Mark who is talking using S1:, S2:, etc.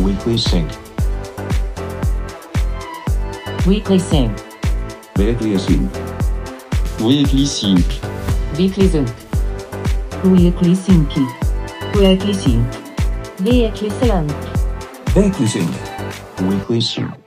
S1: Weekly Sync.
S2: Weekly Sync.
S1: Weekly Sync.
S3: Weekly Sync.
S2: Weekly Sync.
S4: Weekly Sync.
S2: Weekly Sync.
S4: Weekly Sync.
S1: Weekly Sync. Weekly Sync.